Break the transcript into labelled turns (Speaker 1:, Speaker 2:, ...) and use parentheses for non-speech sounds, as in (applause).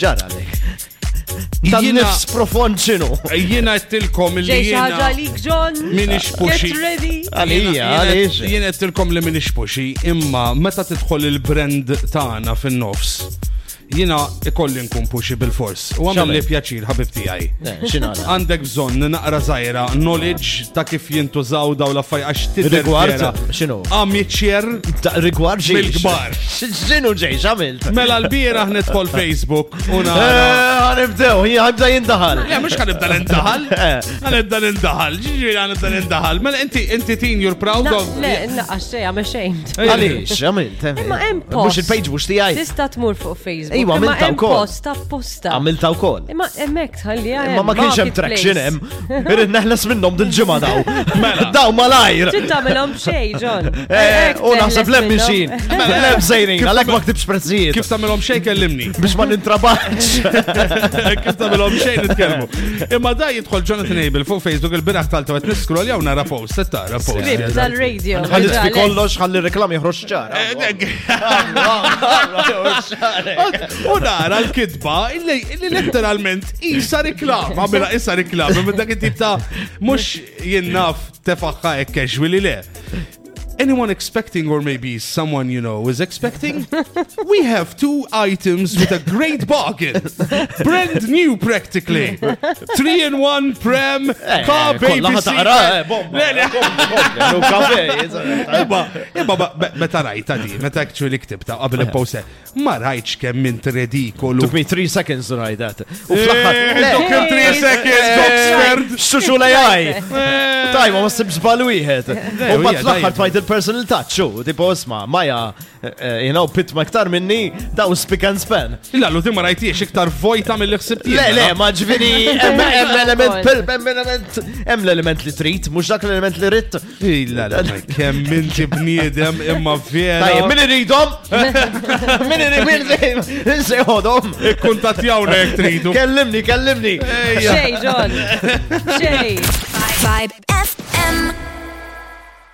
Speaker 1: ġara lek. Tan-nifs profond ċinu.
Speaker 2: Jiena tilkom li
Speaker 3: Ġej ħaġa
Speaker 2: jiena.
Speaker 3: għalik John.
Speaker 2: Minix puxi.
Speaker 3: Get ready.
Speaker 1: Għalija, għalix.
Speaker 2: Jiena tilkom li minix puxi, imma meta tidħol il-brand tagħna fin-nofs, jiena ikolli nkun puxi bil-fors. U għamil li
Speaker 1: Xamel?
Speaker 2: pjaċir ħabib tiegħi. (laughs)
Speaker 1: Xinara.
Speaker 2: Għandek bżonn naqra zaħira, knowledge ta' kif jintużaw daw la fajqa x'tidher.
Speaker 1: Rigward, xinu?
Speaker 2: Amiċjer
Speaker 1: Ta' Rigward ġej.
Speaker 2: Bil-kbar.
Speaker 1: Xinu ġej, xamilt.
Speaker 2: mela l-bira ħnedħol Facebook u nara.
Speaker 1: Għanibdew, hi għabda jindaħal.
Speaker 2: Le, mux għanibda l-indaħal.
Speaker 1: Eh.
Speaker 2: Għanibda l-indaħal. Ġiġi għanibda l-indaħal. Mela, inti, inti tin, you're proud
Speaker 3: Na-
Speaker 2: of.
Speaker 3: Le, naqqax xej, għamel xejn.
Speaker 1: Għalix, għamilt.
Speaker 3: Imma hemm
Speaker 1: Mux
Speaker 3: post.
Speaker 1: il-page, mux tijaj.
Speaker 3: Tista tmur fuq Facebook.
Speaker 1: Ejwa,
Speaker 3: imma
Speaker 1: għamilta
Speaker 3: hemm
Speaker 1: wkoll.
Speaker 3: Posta, posta.
Speaker 1: Għamilta u koll.
Speaker 3: Imma emmek tħalli għajem.
Speaker 1: Ma ma kienx hemm traction hemm. Irrid neħles minnhom dil-ġimgħa daw. Daw malajr.
Speaker 3: Tittamilom xej, John.
Speaker 1: Eh,
Speaker 3: Hekk
Speaker 1: U naħseb
Speaker 3: teħles
Speaker 1: lem
Speaker 3: minnhom.
Speaker 1: mixin. Lem sejrin, għalek ma ktibx prezzijiet.
Speaker 2: Kif tamilom xej kellimni.
Speaker 1: Biex ma nintrabax.
Speaker 2: Kif tamilom xej nitkelmu. Imma da jidħol Jonathan Abel fuq Facebook il-biraħ tal-tawet niskrol jaw nara post, tara post.
Speaker 3: Script tal-radio.
Speaker 1: Ħallit Eh, fi
Speaker 3: Ġale.
Speaker 1: kollox, ħalli reklam jħroċ ċara.
Speaker 2: U nara l-kidba illi illi letteralment isa reklam, għamela isa reklam, minn dak it-tip ta' mux jinnaf tefaxħa e casually le. Anyone expecting, or maybe someone you know is expecting? We have two items with a great bargain. Brand new, practically. Three in one, Prem, car baby. seat. Le, le, Eba, eba, ba- be- meta rajta di, meta actually ktibta qabel il-posta, ma rajtx kemm int redikolu.
Speaker 1: Took me 3 seconds to write that. U
Speaker 2: Eh, Took him three
Speaker 3: Eh,
Speaker 2: seconds, Oxford.
Speaker 1: Xuxu l-AI. Tajma, ma sibx balu wieħed. U
Speaker 2: u
Speaker 1: bat
Speaker 2: hija
Speaker 1: fl-axħar
Speaker 2: dajjem.
Speaker 1: tfajt il-personal touch, u tipo osma, maja, jina u pit ma ktar minni, daw spick and span.
Speaker 2: Illa, l ma rajtiex iktar vojta mill-li xsibt
Speaker 1: Le, le, ma ġviri, emm emm element
Speaker 3: Kol.
Speaker 1: pilb, emm element, emm l-element li trit, mux dak l-element li ritt.
Speaker 2: Illa, le, ma kemm inti bniedem imma
Speaker 1: Tajjem,
Speaker 2: vera.
Speaker 1: min iridom? Min iridom? (laughs) Min sejħodom?
Speaker 2: Kuntatjawna jek tridu.
Speaker 1: (laughs) Kellimni, kellimni.
Speaker 3: Xej, John. Xej.
Speaker 4: Vibe